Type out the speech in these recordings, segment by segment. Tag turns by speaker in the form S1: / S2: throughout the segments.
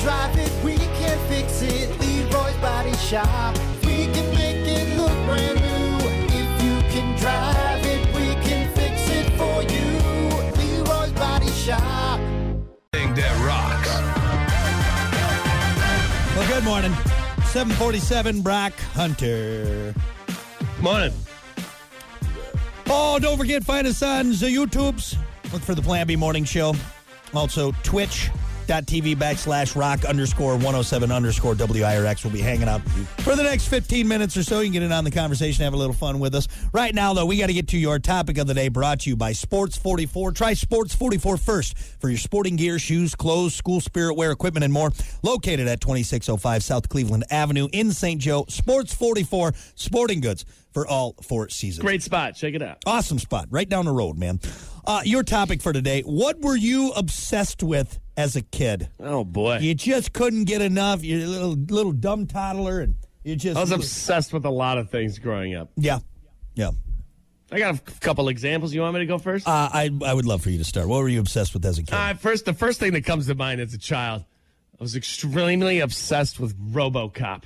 S1: drive it, we can fix it. Leroy's Body Shop. We can make it look brand new. If you can drive it, we can fix it for you. Leroy's Body Shop.
S2: Thing that rocks.
S3: Well, good morning. 747 Brock Hunter.
S2: Morning.
S3: Oh, don't forget, find us on the YouTubes. Look for the Plan B Morning Show. Also, twitch.tv backslash rock underscore 107 underscore WIRX. We'll be hanging out for the next 15 minutes or so. You can get in on the conversation, have a little fun with us. Right now, though, we got to get to your topic of the day brought to you by Sports 44. Try Sports 44 first for your sporting gear, shoes, clothes, school spirit wear, equipment, and more. Located at 2605 South Cleveland Avenue in St. Joe. Sports 44 sporting goods for all four seasons.
S4: Great spot. Check it out.
S3: Awesome spot, right down the road, man. Uh, your topic for today: What were you obsessed with as a kid?
S4: Oh boy.
S3: You just couldn't get enough. You're a little little dumb toddler, and you just
S4: I was obsessed with a lot of things growing up.
S3: yeah, yeah.
S4: I got a couple examples. You want me to go first?
S3: Uh, I I would love for you to start. What were you obsessed with as a kid?
S4: Uh, first, the first thing that comes to mind as a child, I was extremely obsessed with RoboCop.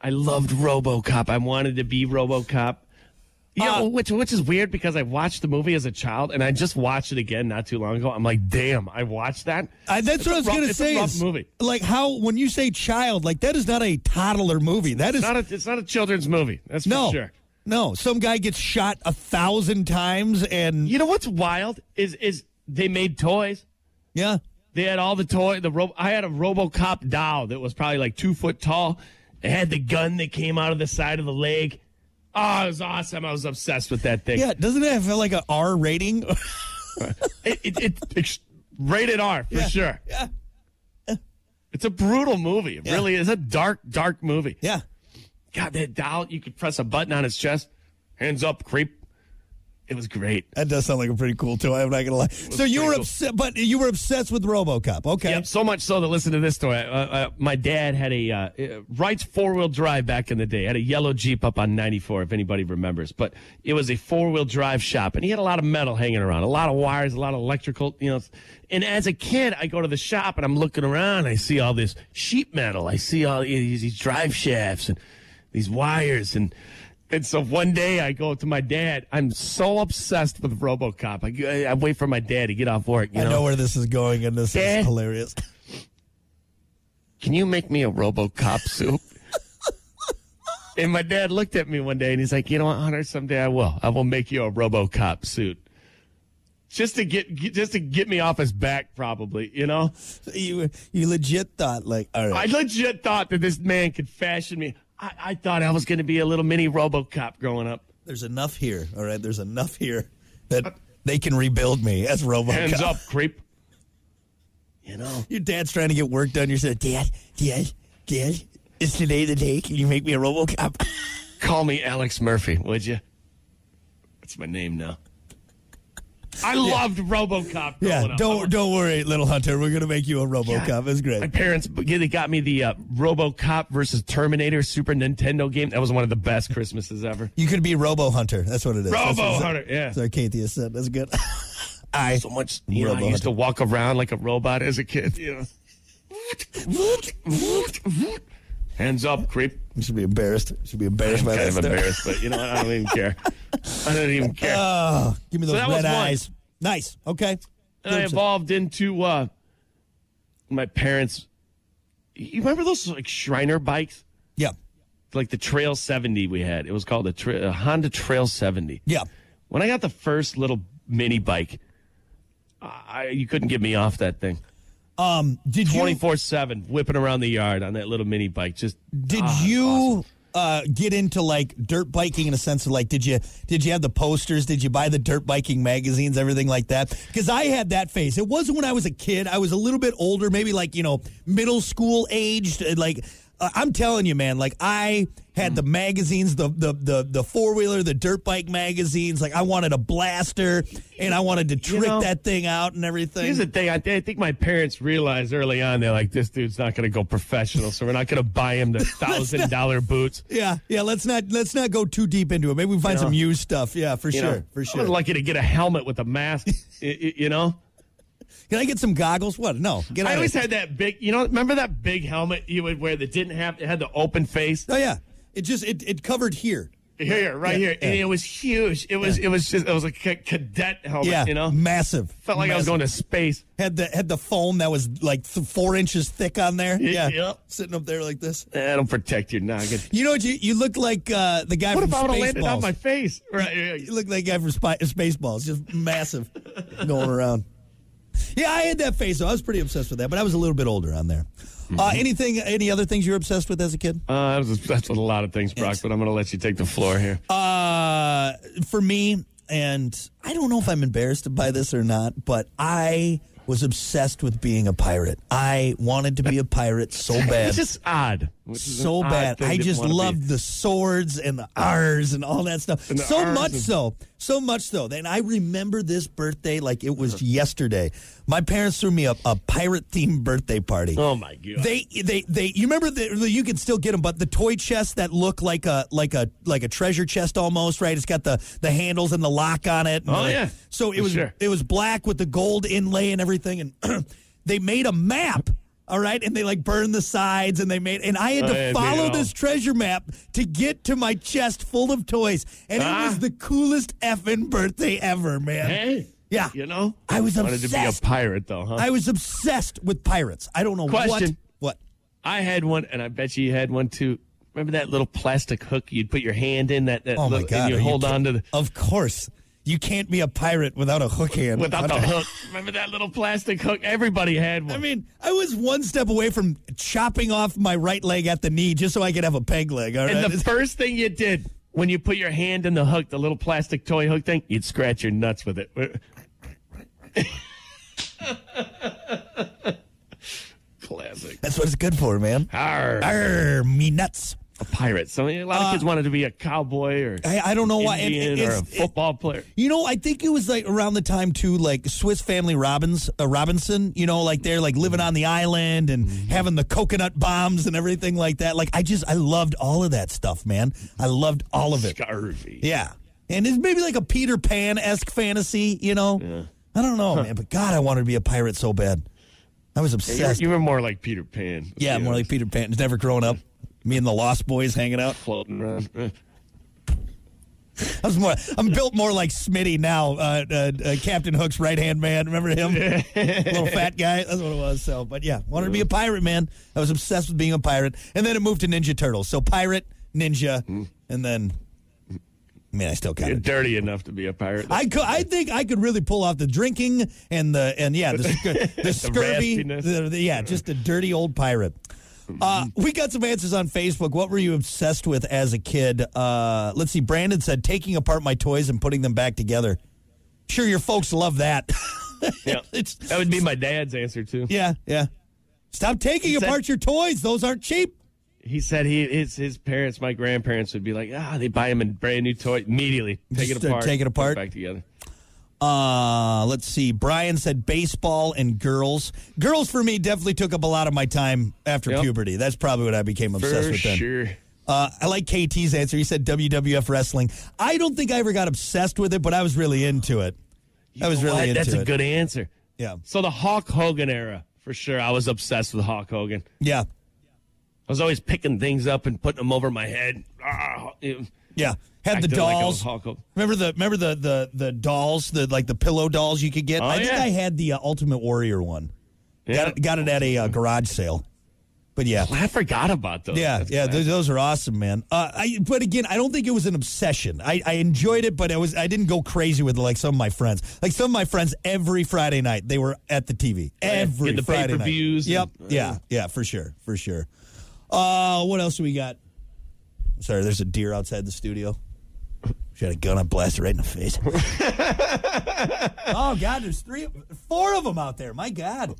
S4: I loved RoboCop. I wanted to be RoboCop. You know,
S3: Uh,
S4: which which is weird because I watched the movie as a child and I just watched it again not too long ago. I'm like, damn, I watched that.
S3: I, that's what I was
S4: rough-
S3: gonna
S4: it's a
S3: say.
S4: rough
S3: is,
S4: movie.
S3: Like how when you say child, like that is not a toddler movie. That is
S4: It's not a, it's not a children's movie. That's
S3: no,
S4: for sure.
S3: no. Some guy gets shot a thousand times, and
S4: You know what's wild is is they made toys.
S3: yeah,
S4: They had all the toy. The ro- I had a RoboCop doll that was probably like two foot tall. It had the gun that came out of the side of the leg. Oh, it was awesome. I was obsessed with that thing.
S3: yeah. Doesn't it have like an R rating?
S4: It, it, it, ex- rated R for
S3: Yeah.
S4: sure.
S3: yeah,
S4: It's a brutal movie. It
S3: Yeah.
S4: really is a dark, dark movie.
S3: yeah.
S4: God, that doll, you could press a button on his chest. Hands up, creep. It was great.
S3: That does sound like a pretty cool toy. I'm not gonna lie. So
S4: pretty
S3: you were
S4: cool.
S3: upset, but you were obsessed with RoboCop. Okay.
S4: Yep, so much so that listen to this story. Uh, uh, my dad had a uh, uh, Wright's four wheel drive back in the day. Had a yellow Jeep up on 94, if anybody remembers. But it was a four wheel drive shop, and he had a lot of metal hanging around, a lot of wires, a lot of electrical. You know, and as a kid, I go to the shop and I'm looking around. I see all this sheet metal. I see all these, these drive shafts and these wires and. And so one day I go to my dad. I'm so obsessed with RoboCop. I, I wait for my dad to get off work. You
S3: I know where this is going, and this
S4: Dad?
S3: is hilarious.
S4: can you make me a RoboCop soup? and my dad looked at me one day and he's like, you know what, Hunter, someday I will. I will make you a RoboCop suit. Just to get, just to get me off his back, probably, you know?
S3: You you legit thought like, all
S4: I
S3: right,
S4: legit thought that this man could fashion me. I, I thought I was going to be a little mini RoboCop growing up.
S3: there's enough here. All right, there's enough here that they can rebuild me as RoboCop.
S4: Hands up, creep. You know?
S3: Your dad's trying to get work done. You're saying, Dad, Dad, Dad, is today the day? Can you make me a RoboCop?
S4: Call me Alex Murphy, would you? That's my name now. I loved RoboCop. growing
S3: yeah,
S4: up.
S3: don't don't worry, little Hunter. We're gonna make you a RoboCop. It's
S4: My
S3: great.
S4: parents they got me the uh, RoboCop versus Terminator Super Nintendo game. That was one of the best Christmases ever.
S3: You could be Robo Hunter. That's what it is. That's
S4: Robo
S3: what
S4: Hunter, yeah.
S3: Zarkathia said. That's good. I
S4: So much, you know, I
S3: Robo
S4: used to walk around like a robot as a kid. You know, Woot, woot, woot. hands up, creep.
S3: You should be embarrassed. You should be embarrassed by
S4: Kind
S3: that
S4: of
S3: stuff.
S4: embarrassed, but you know, what? I don't even care. I don't even care.
S3: Oh, give me those
S4: that was
S3: red
S4: one.
S3: eyes. Nice. Okay.
S4: And I evolved into uh, my parents. You remember those like Shriner bikes,
S3: Yeah.
S4: like the Trail 70 we had? It was called a, tra- a Honda Trail 70.
S3: Yeah.
S4: When I got the first little mini bike, I, you couldn't get me off that thing.
S3: Um, did
S4: Twenty four seven, whipping around the yard on that little mini bike. Just
S3: you did
S4: ah,
S3: you
S4: awesome.
S3: uh, get into like dirt biking in a sense of like did you did you have the posters? Did you buy the dirt biking magazines, everything like that? Because I had that phase. It wasn't when I was a kid. I was a little bit older, maybe like you know middle school aged. uh, Like uh, I'm telling you, man. Like I had the
S4: Mm.
S3: magazines, the the the the four wheeler, the dirt bike magazines. Like I wanted a blaster, and I wanted to trick
S4: know-
S3: that thing out and everything.
S4: Here's the thing. I, I think my parents realized early on they're like, this dude's not going to go professional, so we're not going to buy him the thousand dollar boots.
S3: Yeah, yeah. Let's not let's not go too deep into it. Maybe we find some used stuff. Yeah, for
S4: You
S3: sure,
S4: know?
S3: for
S4: I
S3: sure.
S4: was lucky to get a helmet with a mask. y- y- you know,
S3: Can I get some goggles? What? No. Get
S4: I
S3: out
S4: always
S3: of here.
S4: had that big, you know, remember that big helmet you would wear that didn't have, it had the open face?
S3: Oh yeah. It just it, it covered here.
S4: Here, right
S3: Yeah,
S4: here. And
S3: yeah.
S4: it was huge. It was, it was just, it was like a cadet helmet,
S3: Yeah.
S4: you know?
S3: Massive.
S4: Felt like I was
S3: Massive.
S4: going to space.
S3: had the had the foam that was like th- four inches thick on there. Yeah.
S4: yep.
S3: Sitting up there like this.
S4: That'll Eh, protect your noggin.
S3: You know what? You you look like uh, the guy
S4: What
S3: from
S4: if I would have landed on
S3: Spaceballs.
S4: my face? Right.
S3: You look like a guy from Spy- Spaceballs, just massive, going around. Yeah, I had that face. though. I was pretty obsessed with that, but I was a little bit older on there. Uh,
S4: Mm-hmm.
S3: anything? Any other things you were obsessed with as a kid?
S4: Uh, that was that's a lot of things, Brock, but I'm going to let you take the floor here.
S3: Uh, for me, and I don't know if I'm embarrassed by this or not, but I was obsessed with being a pirate. I wanted to be a pirate so bad.
S4: It's just odd. Which is an
S3: so
S4: odd
S3: bad.
S4: thing
S3: I
S4: to
S3: just
S4: wanna be.
S3: loved the swords and the R's and all that stuff.
S4: And the
S3: So
S4: Rs
S3: much
S4: and-
S3: so. So much so. And I remember this birthday like it
S4: Uh-huh.
S3: was yesterday. My parents threw me a, a pirate themed birthday party.
S4: Oh, my God.
S3: They, they, they. You remember the, you could still get them, but the toy chests that look like a, like a, like a treasure chest almost, right? It's got the the handles and the lock on it. and
S4: Oh,
S3: the-
S4: yeah.
S3: So it
S4: For
S3: was
S4: sure.
S3: it was black with the gold inlay and everything, and they made a map. All right, and they like burned the sides, and they made, and I had
S4: Oh, yeah,
S3: to
S4: dude,
S3: follow
S4: oh.
S3: this treasure map to get to my chest full of toys, and it
S4: Ah.
S3: was the coolest effing birthday ever, man.
S4: Hey.
S3: Yeah.
S4: You know?
S3: I was
S4: Wanted to be a
S3: obsessed.
S4: pirate, though, huh?
S3: I was obsessed with pirates. I don't know
S4: Question.
S3: what. What?
S4: I had one, and I bet you you had one too. Remember that little plastic hook you'd put your hand in that? that
S3: Oh my
S4: little-
S3: god!
S4: And
S3: are
S4: you
S3: you
S4: hold
S3: kidding?
S4: on to the
S3: Of course, you can't be a pirate without a hook hand.
S4: without the
S3: Okay.
S4: hook. Remember that little plastic hook? Everybody had one.
S3: I mean, I was one step away from chopping off my right leg at the knee just so I could have a peg leg. All right.
S4: and the first thing you did when you put your hand in the hook, the little plastic toy hook thing, you'd scratch your nuts with it. Classic.
S3: That's what it's good for, man.
S4: Arr,
S3: Arr, me nuts.
S4: a pirate. So a lot of kids wanted to be a cowboy or
S3: I, I don't Uh, know why. and-
S4: Indian
S3: and
S4: or
S3: it's-
S4: a football player.
S3: You know, I think it was like around the time too, like Swiss Family Robbins, uh, Robinson. You know, like they're like
S4: Mm-hmm.
S3: living on the island and having the coconut bombs and everything like that. Like I just, I loved all of that stuff, man. I loved all of it.
S4: Scarvy.
S3: Yeah, and it's maybe like a Peter Pan esque fantasy. You know, I don't know, man. But God, I wanted to be a pirate so bad. I was
S4: You were-
S3: obsessed.
S4: You were more like Peter Pan.
S3: yeah, more like Peter Pan. Never growing up. Me and the Lost Boys hanging out.
S4: floating around.
S3: I was more. I'm built more like Smitty now. Uh, uh, uh, Captain Hook's right hand man. Remember him? Little fat guy. That's what it was. So, but yeah, wanted to be a pirate, man. I was obsessed with being a pirate, and then it moved to Ninja Turtles. So pirate, ninja, and then. I mean, I still kind
S4: You're
S3: of.
S4: dirty enough to be a pirate.
S3: I could. I think I could really pull off the drinking and the and yeah the sc- the scurvy.
S4: raspiness. Mm-hmm.
S3: the- the- yeah, just a dirty old pirate. Uh, we got some answers on Facebook. What were you obsessed with as a kid? Uh, let's see. Brandon said taking apart my toys and putting them back together. Sure, your folks love that.
S4: Yeah.
S3: It's-
S4: that would be my dad's answer too.
S3: yeah, yeah. Stop taking
S4: He said-
S3: apart your toys. Those aren't cheap.
S4: He said he his his parents, my grandparents, would be like, ah, they buy him a brand new toy immediately, take
S3: Just,
S4: it
S3: uh,
S4: apart,
S3: take it
S4: put
S3: apart.
S4: back together.
S3: Uh, let's see. Brian said baseball and girls. Girls for me definitely took up a lot of my time after
S4: Yep.
S3: puberty. That's probably what I became obsessed
S4: For
S3: with then.
S4: sure.
S3: Uh, I like KT's answer. He said WWF wrestling. I don't think I ever got obsessed with it, but I was really into it. I was really
S4: What?
S3: into
S4: That's
S3: it.
S4: a good answer.
S3: yeah,
S4: So the Hulk Hogan era, for sure. I was obsessed with Hulk Hogan.
S3: yeah,
S4: I was always picking things up and putting them over my head. Ah, it-
S3: yeah. Had the
S4: Acted like I was
S3: dolls.
S4: Hulk Hogan.
S3: remember the remember the the the dolls, the like the pillow dolls you could get.
S4: Oh,
S3: I think
S4: yeah.
S3: I had the uh, Ultimate Warrior one.
S4: Yeah.
S3: Got it, got it at a uh, garage sale. But yeah,
S4: I forgot about those.
S3: Yeah,
S4: That's
S3: yeah,
S4: classic.
S3: those, those are awesome, man. Uh, I, but again, I don't think it was an obsession. I, I enjoyed it, but I was I didn't go crazy with it like some of my friends. Like some of my friends, every Friday night they were at the TV every
S4: Get the
S3: Friday
S4: pay-per-views
S3: night. Yep,
S4: and- uh,
S3: yeah, yeah, for sure, for sure. Uh, what else do we got? Sorry, there's a deer outside the studio. She had a gun. I blasted right in the face. oh God, there's three, four of them out there. My God.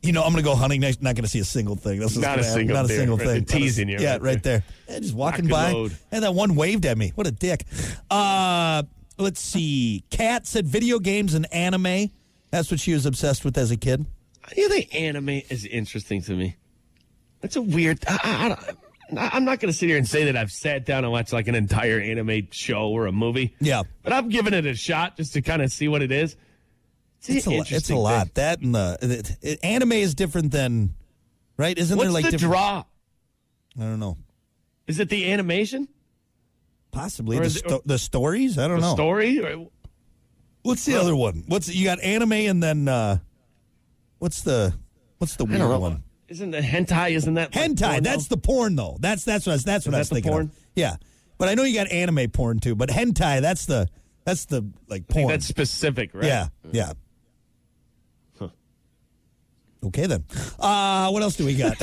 S3: You know, I'm going to go hunting next. Not going to see a single thing. That's what's
S4: Not a
S3: gonna happen.
S4: single
S3: Not a
S4: deer,
S3: single
S4: right?
S3: thing.
S4: They're teasing you
S3: Yeah,
S4: right
S3: right there. Yeah, just walking
S4: Lock
S3: by.
S4: and load.
S3: And that one waved at me. What a dick. Uh, let's see. Kat said video games and anime. That's what she was obsessed with as a kid.
S4: You think anime is interesting to me? That's a weird. I, I- I, I'm not going to sit here and say that I've sat down and watched like an entire anime show or a movie.
S3: Yeah.
S4: But I've given it a shot just to kind of see what it is.
S3: It's a, lo- it's a
S4: interesting
S3: lot.
S4: thing.
S3: That and the it, it- anime is different than right. Isn't
S4: What's
S3: there like
S4: the
S3: different?
S4: draw?
S3: I don't know.
S4: Is it the animation,
S3: Possibly
S4: Or
S3: the,
S4: is it-
S3: sto- the stories. I don't
S4: the
S3: know.
S4: story? Or,
S3: What's the other one? What's you got anime and then uh what's the what's the
S4: I
S3: weird
S4: don't know.
S3: one?
S4: Isn't the hentai? Isn't that like
S3: Hentai.
S4: porno?
S3: that's the porn though. That's that's what I, was- that's what I
S4: that
S3: was
S4: the
S3: thinking. of.
S4: porn?
S3: Yeah, but I know you got anime porn too. But hentai. That's the that's the like porn.
S4: that's specific, right?
S3: yeah yeah. Okay then. Uh what else do we got?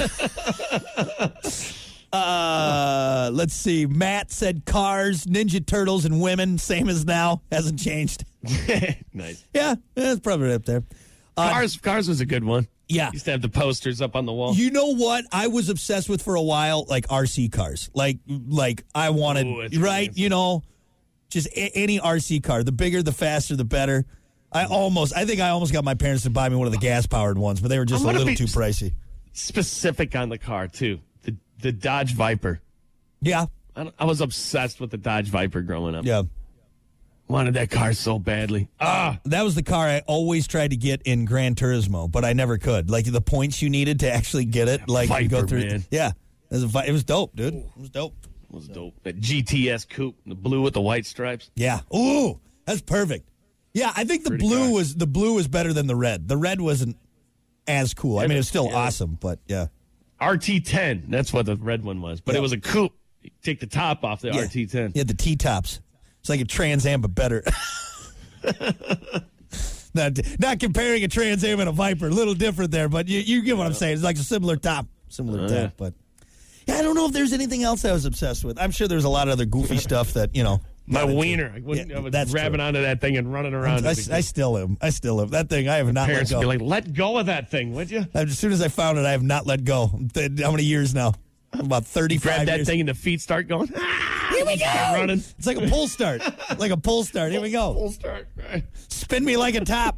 S3: uh let's see. Matt said cars, Ninja Turtles, and women. Same as now. Hasn't changed.
S4: nice.
S3: Yeah, Uh, that's probably right up there.
S4: Cars, Cars was a good one.
S3: Yeah.
S4: used to have the posters up on the wall.
S3: Ah. You know what I was obsessed with for a while, like RC cars. Like like I wanted
S4: Ooh, that's
S3: right,
S4: amazing.
S3: you know, just a- any RC car. The bigger, the faster, the better. I almost I think I almost got my parents to buy me one of the gas powered ones, but they were just
S4: I'm
S3: a
S4: gonna
S3: little
S4: be-
S3: too pricey.
S4: Specific on the car too. The the Dodge Viper.
S3: Yeah.
S4: I, don't- I was obsessed with the Dodge Viper growing up.
S3: Yeah.
S4: Wanted that car so badly. Ah,
S3: That was the car I always tried to get in Gran Turismo, but I never could. Like the points you needed to actually get it, like you go
S4: Viper,
S3: through.
S4: man.
S3: Yeah, it was, a, vi- it was dope, dude. It was dope.
S4: it was dope. That GTS coupe, the blue with the white stripes.
S3: Yeah. Ooh, that's perfect. Yeah, I think the
S4: Pretty
S3: blue
S4: car.
S3: was the blue was better than the red. The red wasn't as cool. I mean, it was still
S4: Yeah.
S3: awesome, but yeah,
S4: RT10. That's what the red one was, but
S3: Yeah.
S4: it was a coupe. You take the top off the
S3: yeah.
S4: RT10.
S3: Yeah, the T tops. It's like a Trans Am, but better. not not comparing a Trans Am and a Viper. A little different there, but you, you get what I'm saying. It's like a similar top, similar top,
S4: Oh, yeah.
S3: but. Yeah, I don't know if there's anything else I was obsessed with. I'm sure there's a lot of other goofy stuff that you know.
S4: My wiener. I, wouldn't,
S3: Yeah,
S4: I was
S3: that's
S4: grabbing
S3: true.
S4: onto that thing and running
S3: I,
S4: around.
S3: I
S4: as a kid.
S3: still am. I still am. That thing I have not.
S4: Parents
S3: let
S4: would be
S3: go.
S4: like, let go of that thing, would you?
S3: As soon as I found it, I have not let go. Th- How many years now? About
S4: Grab
S3: thirty-five.
S4: that
S3: years.
S4: thing and the feet start going. Here we go. Running.
S3: It's like a pull start. like a pull start. Here we go.
S4: Full start. Right.
S3: Spin me like a top.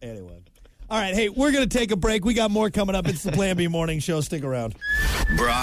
S3: Anyway. All right. Hey, we're gonna take a break. We got more coming up. It's the Plan B Morning Show. Stick around.
S2: Brock.